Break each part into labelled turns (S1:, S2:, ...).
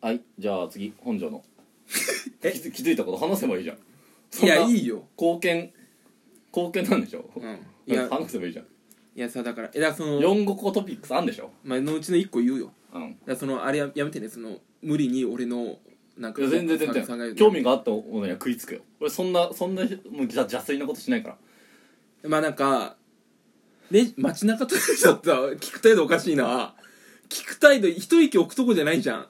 S1: はいじゃあ次本庄の気
S2: え
S1: づ気づいたこと話せばいいじゃん
S2: いや
S1: そんない
S2: いよ
S1: 貢献貢献なんでしょ、
S2: う
S1: うん
S2: い
S1: いや
S2: や
S1: 話せばいいじゃん
S2: いやさだからえだからその、
S1: 4個トピックスあんでしょ
S2: まあのうちの1個言うよ
S1: うん
S2: だからそのあれややめてねその無理に俺のなんか
S1: いや全然全
S2: ささが
S1: 然興味があったものには食いつくよ俺そんなそんなもう邪邪推なことしないから
S2: まあなんかレジ街中とかちょっと聞く態度おかしいな聞く態度一息置くとこじゃないじゃん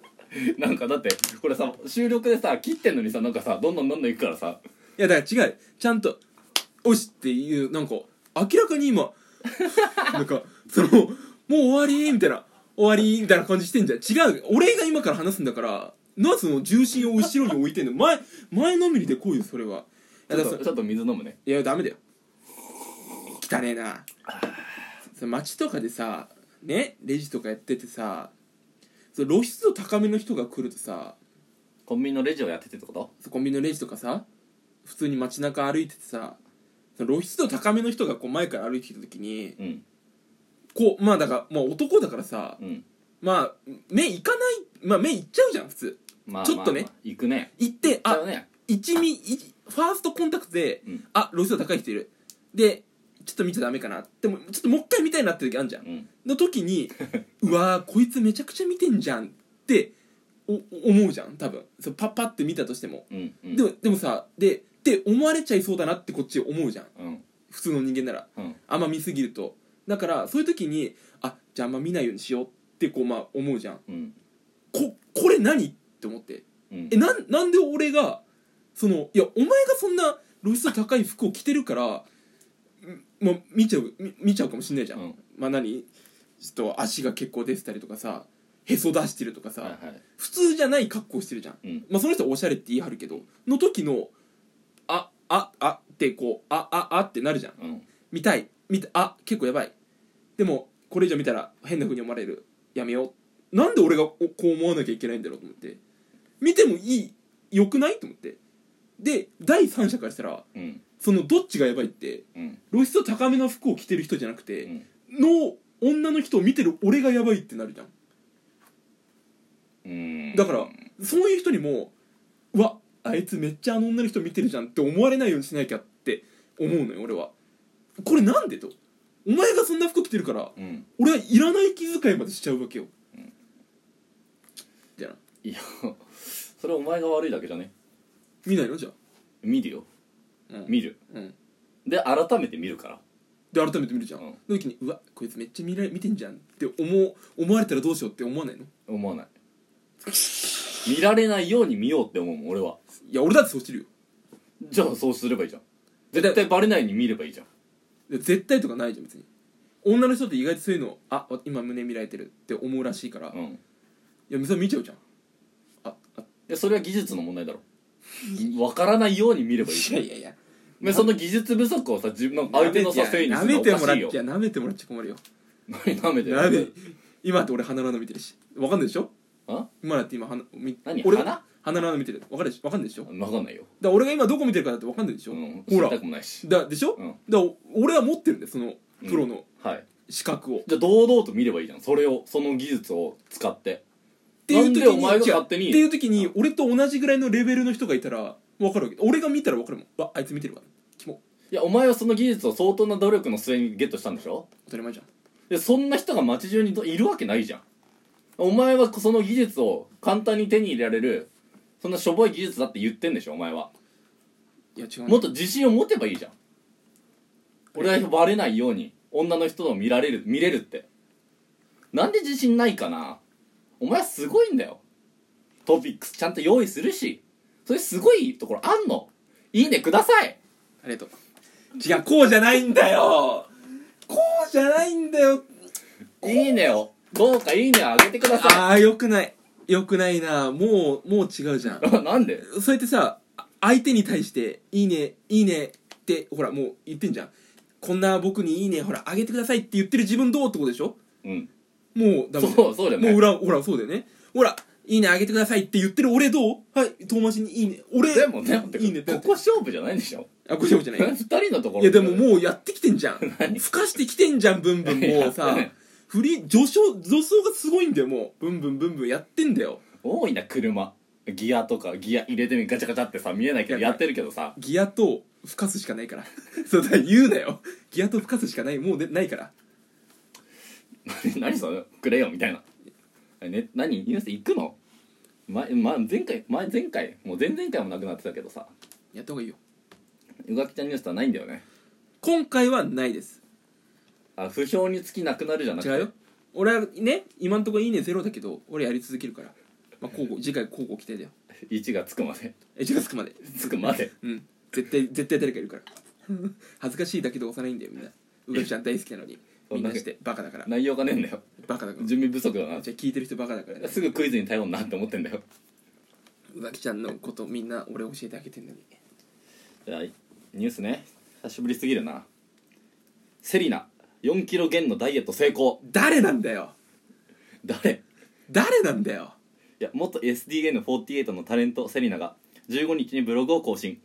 S1: なんかだってこれさ収録でさ切ってんのにさなんかさどんどんどんどんいくからさ
S2: いやだから違うちゃんと「おし」っていうなんか明らかに今 なんかその「もう終わり」みたいな「終わり」みたいな感じしてんじゃん違う俺が今から話すんだからなぜその重心を後ろに置いてんの前前のめりでこうよそれはい
S1: ち
S2: や
S1: ょっ
S2: だから
S1: と
S2: そ
S1: ちょっと水飲むね
S2: いやダメだよ汚ねえなその街とかでさねレジとかやっててさその露出度高めの人が来るとさ
S1: コンビニのレジをやっててってこと
S2: コンビニのレジとかさ普通に街中歩いててさその露出度高めの人がこう前から歩いてきた時に
S1: うん
S2: こうまあだから、まあ、男だからさ
S1: うん
S2: まあ目いかない、まあ、目いっちゃうじゃん普通
S1: まあ
S2: ちょっとね
S1: まあまあ行くね
S2: 行っ
S1: 行
S2: て
S1: っちゃ
S2: あ
S1: うね
S2: 一味一ファーストコンタクトで、
S1: うん
S2: あ露出度高い人いるでちょっと見ちゃダメかなでもちょっともう一回見たいなって時あるじゃん
S1: うん
S2: の 時にうわーこいつめちゃくちゃ見てんじゃんってお思うじゃん多分そうパッパって見たとしても、
S1: うんうん
S2: でもでもさでって思われちゃいそうだなってこっち思うじゃん
S1: うん
S2: 普通の人間なら
S1: うん
S2: あんま見すぎるとだからそういう時にあじゃああんま見ないようにしようってこうまあ思うじゃん
S1: うん
S2: ここれ何って思って
S1: うん
S2: えなんなんで俺がそのいやお前がそんな露出度高い服を着てるから、んまあ、見ちゃうみ見ちゃうかもしんないじゃん、
S1: うん
S2: まあ何ちょっと足が結構出てたりとかさへそ出してるとかさ、
S1: はいはい
S2: 普通じゃない格好してるじゃん、
S1: うん
S2: まあ、その人はおしゃれって言い張るけどの時の「あああってこう「あああってなるじゃん
S1: うん
S2: 見たい見たあ結構やばいでもこれ以上見たら変な風に思われるやめようなんで俺がおこう思わなきゃいけないんだろうと思って見てもいい良くないと思ってで第三者からしたら
S1: うん
S2: そのどっちがやばいって
S1: うん
S2: 露出度高めの服を着てる人じゃなく
S1: う
S2: て、
S1: ん
S2: の女の人を見てる俺がやばいってなるじゃん
S1: うん
S2: だからそういう人にもうわあいつめっちゃあの女の人見てるじゃんって思われないようにしなきゃって思うのよ俺はこれなんでとお前がそんな服着てるから
S1: うん
S2: 俺はいらない気遣いまでしちゃうわけよ、じゃあ
S1: いや それお前が悪いだけじゃね
S2: 見ないのじゃあ
S1: 見るよ
S2: うん
S1: 見る
S2: うん
S1: で改めて見るから
S2: で改めて見るじゃん、
S1: うん
S2: の時にうわこいつめっちゃ見られ見てんじゃんって思う思われたらどうしようって思わないの
S1: 思わない見られないように見ようって思うもん俺はい
S2: や俺だってそうしてるよ
S1: じゃあそうすればいいじゃん絶対バレないように見ればいいじゃん
S2: で絶対とかないじゃん別に女の人って意外とそういうのあわ今胸見られてるって思うらしいから、
S1: う
S2: い
S1: ん
S2: やみさ見ちゃうじゃんああ
S1: でそれは技術の問 題だろわからないように見ればいい
S2: い
S1: じゃ
S2: や
S1: ん
S2: いやいや
S1: でその技術不足をさ自分の相手のさせいにす
S2: 舐
S1: るの
S2: め
S1: お
S2: てもら
S1: か
S2: っ
S1: しいよ
S2: ちゃ舐めてもらっちゃ困るよ
S1: 何 舐めて
S2: 舐め今だって俺鼻の穴見てるしわかんないでしょ
S1: あ
S2: 今だって今鼻み
S1: 何
S2: 俺
S1: 鼻
S2: 鼻の穴見てるわかるでしょわかんないでしょだか
S1: 分かんないよ、
S2: ら俺が今どこ見てるかだってわかんないでしょ、
S1: うん、知
S2: ほ
S1: り
S2: ら
S1: たくもないし
S2: だでしょ、
S1: うん
S2: だから俺は持ってるんだよそのプロの
S1: はい
S2: 資格を、
S1: じゃあ堂々と見ればいいじゃんそれをその技術を使って
S2: っていう
S1: なん
S2: 時に
S1: でお前が
S2: 違う
S1: 勝手に
S2: っていう時に俺と同じぐらいのレベルの人がいたら分かるわけ俺が見たら分かるもんわあいつ見てるわキモ
S1: いやお前はその技術を相当な努力の末にゲットしたんでしょ
S2: 当たり前じゃん
S1: でそんな人が街中にどいるわけないじゃんお前はその技術を簡単に手に入れられるそんなしょぼい技術だって言ってんでしょお前はい
S2: や違う
S1: もっ
S2: の
S1: と自信を持てばいいじゃん俺はバレないように女の人の見られる見れるってなんで自信ないかなお前はすごいんだよトピックスちゃんと用意するしそれすごいところあんのいいねください
S2: ありがとう違うこうじゃないんだよこうじゃないんだよ
S1: いいねをどうかいいねをあげてくださ
S2: ああよくないよくないなもうもう違うじゃん
S1: いなんで
S2: そうやってさあ相手に対して「いいねいいね」ってほらもう言ってんじゃんこんな僕に「いいね」ほらあげてくださいって言ってる自分どうってことでしょ
S1: うん
S2: もうダメだよ
S1: そうそうだよね
S2: もう裏ほらそうだよねほら「いいねあげてください」って言ってる俺どうはい遠回しに「いいね」俺
S1: でもね
S2: いいね」って
S1: ここ勝負じゃないんでしょ
S2: あこっちもじゃない
S1: 二人のところ
S2: いやでももうやってきてんじゃん
S1: 何
S2: ふかしてきてんじゃんブンブンもう
S1: やって
S2: さ
S1: ない
S2: 振り序章助走がすごいんだよもうブンブンブンブンやってんだよ
S1: 多いんだ車ギアとかギア入れてみガチャガチャってさ見えないけど
S2: いや
S1: やってるけどさ
S2: ギアと吹かすしかないから そうだ言うなよギアと吹かすしかないもうでないから
S1: 何 何それくれよみたいなえね何ニュース行くの前,、ま、前回前前回もう前々回もなくなってたけどさ
S2: やった方がいいよ
S1: うがきちゃんニュースとはないんだよね
S2: 今回はないです
S1: あ不評につきなくなるじゃなく
S2: 違
S1: て
S2: うよ俺はね今んところいいねゼロだけど俺やり続けるから、まあ、交互次回交互期待だよ
S1: 1がつくまで
S2: え近づくまで
S1: つくまで
S2: うん絶対絶対誰かいる から恥ずかしいだけで幼いんだよみんなうがきちゃん大好きな のに
S1: そ
S2: み
S1: ん
S2: ん
S1: な
S2: なしてバカだから
S1: 内容がねえんだよ
S2: バカだからじ
S1: 準備不足だ
S2: ゃあ
S1: な
S2: 聞いてる人バカだからね
S1: すぐクイズに頼んなって思ってんだよ
S2: うがきちゃんのことみんな俺教えてあげてんのに
S1: じゃあニュースね久しぶりすぎるなセリナ4キロ減のダイエット成功
S2: 誰なんだよ
S1: 誰
S2: 誰なんだよ
S1: いや元 SDN48 のタレントセリナが15日にブログを更新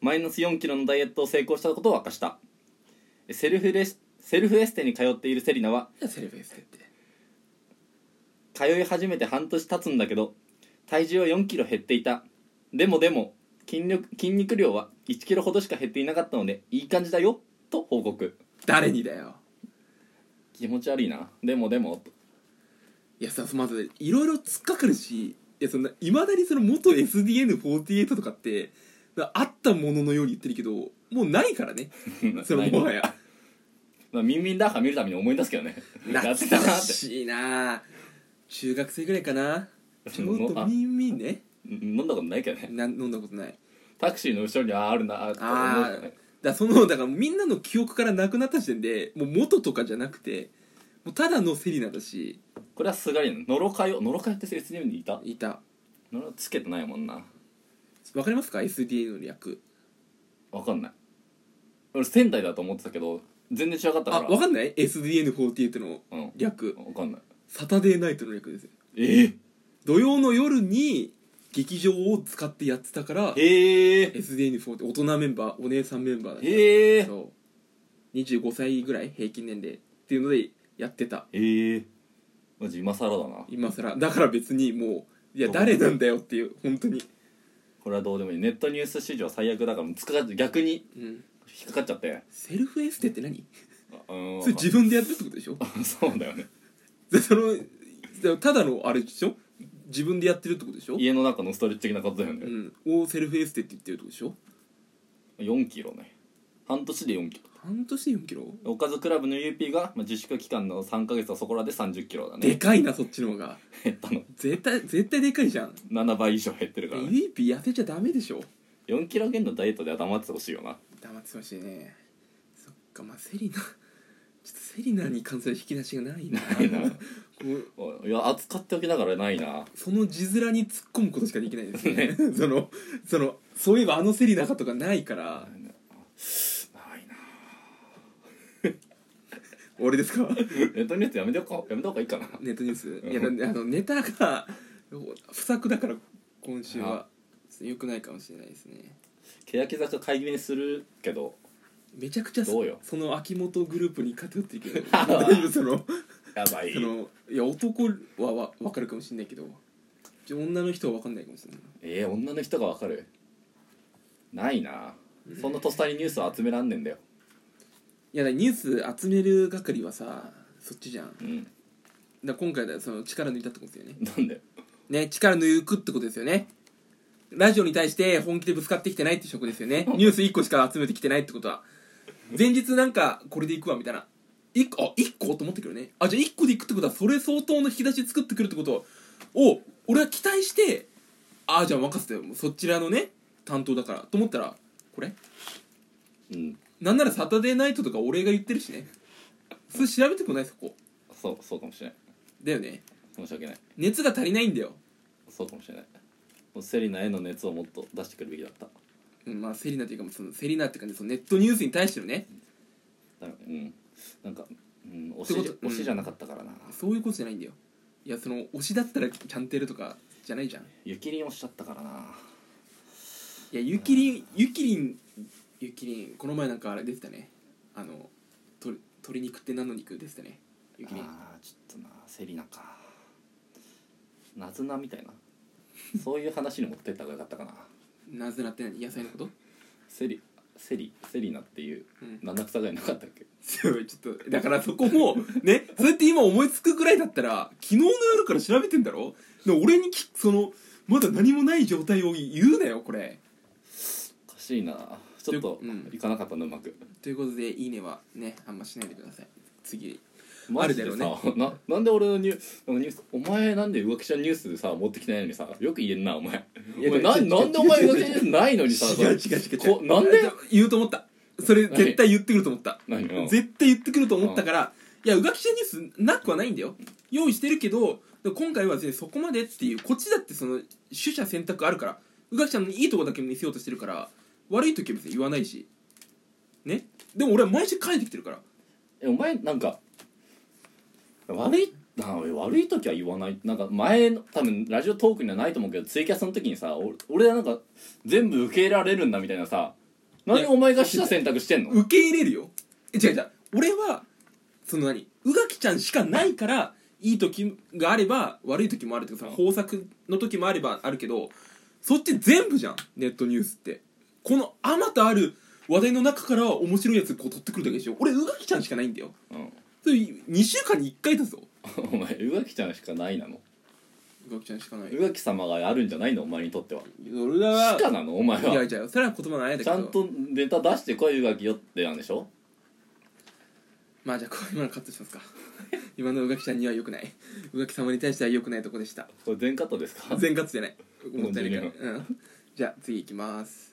S1: マイナス4キロのダイエットを成功したことを明かしたセルフレスセルフエステに通っているセリナは
S2: なんだセレブエステって
S1: 通い始めて半年経つんだけど体重は4キロ減っていたでもでも筋力筋肉量は1キロほどしか減っていなかったのでいい感じだよと報告
S2: 誰にだよ
S1: 気持ち悪いなでもでも
S2: いやさまずいろいろ突っかかるしいやそんないまだにその元 SDN48 とかってなあったもののように言ってるけどもうないからね それもはや
S1: まあ、ミンミンダーハ見るために思い出すけどねや
S2: 懐
S1: ってたな
S2: か
S1: って
S2: しいな中学生ぐらいかなちょっとみんみんね
S1: 飲んだことないけどね
S2: な飲んだことない
S1: タクシーの後ろにあーあるなあって思う
S2: あ
S1: け
S2: あ
S1: どね
S2: だそのだからみんなの記憶からなくなった時点でもう元とかじゃなくてもうただのセリナだし
S1: これはすがりなのノロカヨノロカヨって SDM にいた
S2: いた
S1: ノロつけてないもんな
S2: わかりますか SDN の略
S1: わかんない俺仙台だと思ってたけど全然違かった
S2: あ
S1: から
S2: わかんない SDN48 の
S1: うん
S2: 略
S1: わかんない
S2: サタデーナイトの略ですよ
S1: ええ
S2: 土曜の夜に劇場を使ってやってたから
S1: へえ
S2: SDN4 って大人メンバーお姉さんメンバーだった
S1: へえ
S2: そう25歳ぐらい平均年齢っていうのでやってた
S1: へえマジ今更だな
S2: 今更だから別にもういや
S1: そう
S2: 誰なんだよっていう本当に
S1: これはどうでもいいネットニュース史上最悪だからつっかかっ逆に
S2: うん
S1: 引っかかっちゃって
S2: セルフエステって何
S1: あうん
S2: それ自分でやってるってことでしょ
S1: そうだよね
S2: でそのでただのあれでしょ自分でやってるってことでしょ
S1: 家の中のストレッチ的なことだよ
S2: う
S1: ね、
S2: んをセルフエステって言ってるってことでしょ
S1: 4キロね半年で4キ
S2: 半年で4キロ
S1: ロおかずクラブの UP がまあ自粛期間の3ヶ月はそこらで3 0キロだ
S2: で
S1: ね
S2: かいなそっちの方が
S1: 減ったの
S2: 絶対絶対でかいじゃん
S1: 7倍以上減ってるから、
S2: ウ
S1: ね、
S2: ィーピー痩せちゃダメでしょ
S1: 4キロ減のダイエットでは黙っててほしいよな
S2: 黙ってほしいねそっかまあセリナちょっとセリナに関する引き出しがないな
S1: ないな
S2: こう
S1: おいや扱っておきながらないな
S2: その字面に突っ込むことしかできないですね
S1: ね
S2: そのそのそういえばあのセリナかとかないから
S1: ないな
S2: 俺です か
S1: ネットニュースやめておこうやめた方がいいかな
S2: ネットニュース、
S1: ん
S2: いやだあのネタが不作だから今週はよくないかもしれないですね
S1: 欅坂買い気味にするけど
S2: めちゃくちゃそ
S1: どうよ
S2: その秋元グループに偏って いけどだいぶその
S1: やばい
S2: そのいや男はわ分かるかもしれないけどちょ女の人は分かんないかもしれない
S1: えー、女の人がわかるないなそんなとっさにニュースを集めらんねんだよ
S2: いやだからニュース集める係はさそっちじゃんだか
S1: うん
S2: ら今回だその力抜いたってことですよね
S1: なんで
S2: ね力抜くってことですよねラジオに対して本気でぶつかってきてないって証拠ですよねニュース1個しか集めてきてないってことは前日なんかこれでいくわみたいな1個あ一個と思ったけどねあじゃあ1個でいくってことはそれ相当の引き出し作ってくるってことを俺は期待してああじゃあ任せてよもうそちらのね担当だからと思ったらこれ
S1: うん
S2: なんならサタデーナイトとか俺が言ってるしねそれ調べてこないそこ
S1: そうそうかもしれない
S2: だよね
S1: 申し訳ない
S2: 熱が足りないんだよ、
S1: そうかもしれないもうセリナへの熱をもっと出してくるべきだった
S2: うん、まあセリナというかもうそのセリナって感じでそのネットニュースに対してのね
S1: だうんなんか、うん、推
S2: って
S1: し
S2: こ
S1: じ
S2: と
S1: ゃ
S2: うん
S1: 推しじゃなかったからな、
S2: そういうことじゃないんだよいやその推しだったらキャンテルとかじゃないじゃんい
S1: ゆきりん推しちゃったからな
S2: やゆきりんゆきりんゆきりんこの前なんかあれ出てたねあのと鶏肉って何の肉出てたねゆきりん
S1: あーちょっとなセリナかナズナみたいなそういう話に持ってった方がよかったかな
S2: なぜなって何野菜のこと
S1: セリセリセリナっていう
S2: うん
S1: 七草がいなかったっけ
S2: すごいちょっとだからそこもねそうやって今思いつくぐらいだったら昨日の夜から調べてんだろで俺にきそのまだ何もない状態を言うなよこれ
S1: おかしいなちょっと
S2: うん
S1: いかなかったのうまく
S2: ということで「いいね」はねあんましないでください次
S1: マジでさ、
S2: あるだろ
S1: ななんで俺のニュなんかニュースお前なんで浮気者ニュースさ持ってきてないのにさよく言えんなお前
S2: いや
S1: お前な
S2: 違う違う
S1: なんでお前浮気者ニュースないのにさ
S2: 違う違う違う違う
S1: こなんで
S2: 言うと思ったそれ
S1: 何
S2: 絶対言ってくると思った
S1: 何うん
S2: 絶対言ってくると思ったからいやうがきちゃんニュースなくはないんだよ用意してるけどでも今回は全然そこまでっていうこっちだってその取捨選択あるからうがきちゃんのいいとこだけ見せようとしてるから悪い時は別に言わないしねでも俺は毎週帰ってきてるから
S1: えお前なんか悪いな悪い時は言わないなんか前の多分ラジオトークにはないと思うけどツイキャスの時にさ俺俺はなんか全部受け入れられるんだみたいなさなんでお前が死者選択してんの
S2: 受け入れるよえ違う違う俺はその何うがきちゃんしかないからいい時があれば悪い時もあるっていうかさ
S1: うん
S2: 豊作の時もあればあるけどそっち全部じゃんネットニュースってこのあまたある話題の中から面白いやつこう取ってくるだけでしょ俺うがきちゃんしかないんだよ
S1: うん、
S2: それ2週間に1回だぞ
S1: お前浮気ちゃんしかないなの
S2: うがきちゃんしかない
S1: 浮気様があるんじゃないのお前にとっては
S2: 俺は
S1: しかなのお前
S2: いや
S1: はい
S2: やそれは言葉のあやだけ
S1: ち
S2: ど
S1: ゃんとネタ出してこい浮気よってなんでしょ
S2: まあじゃあこう今のカットしますか今のうがきちゃんには良くないうがき様に対しては良くないとこでした
S1: これ全カットですか
S2: 全カットじゃない
S1: も
S2: も
S1: う
S2: ったいないから、うん、じゃあ次いきます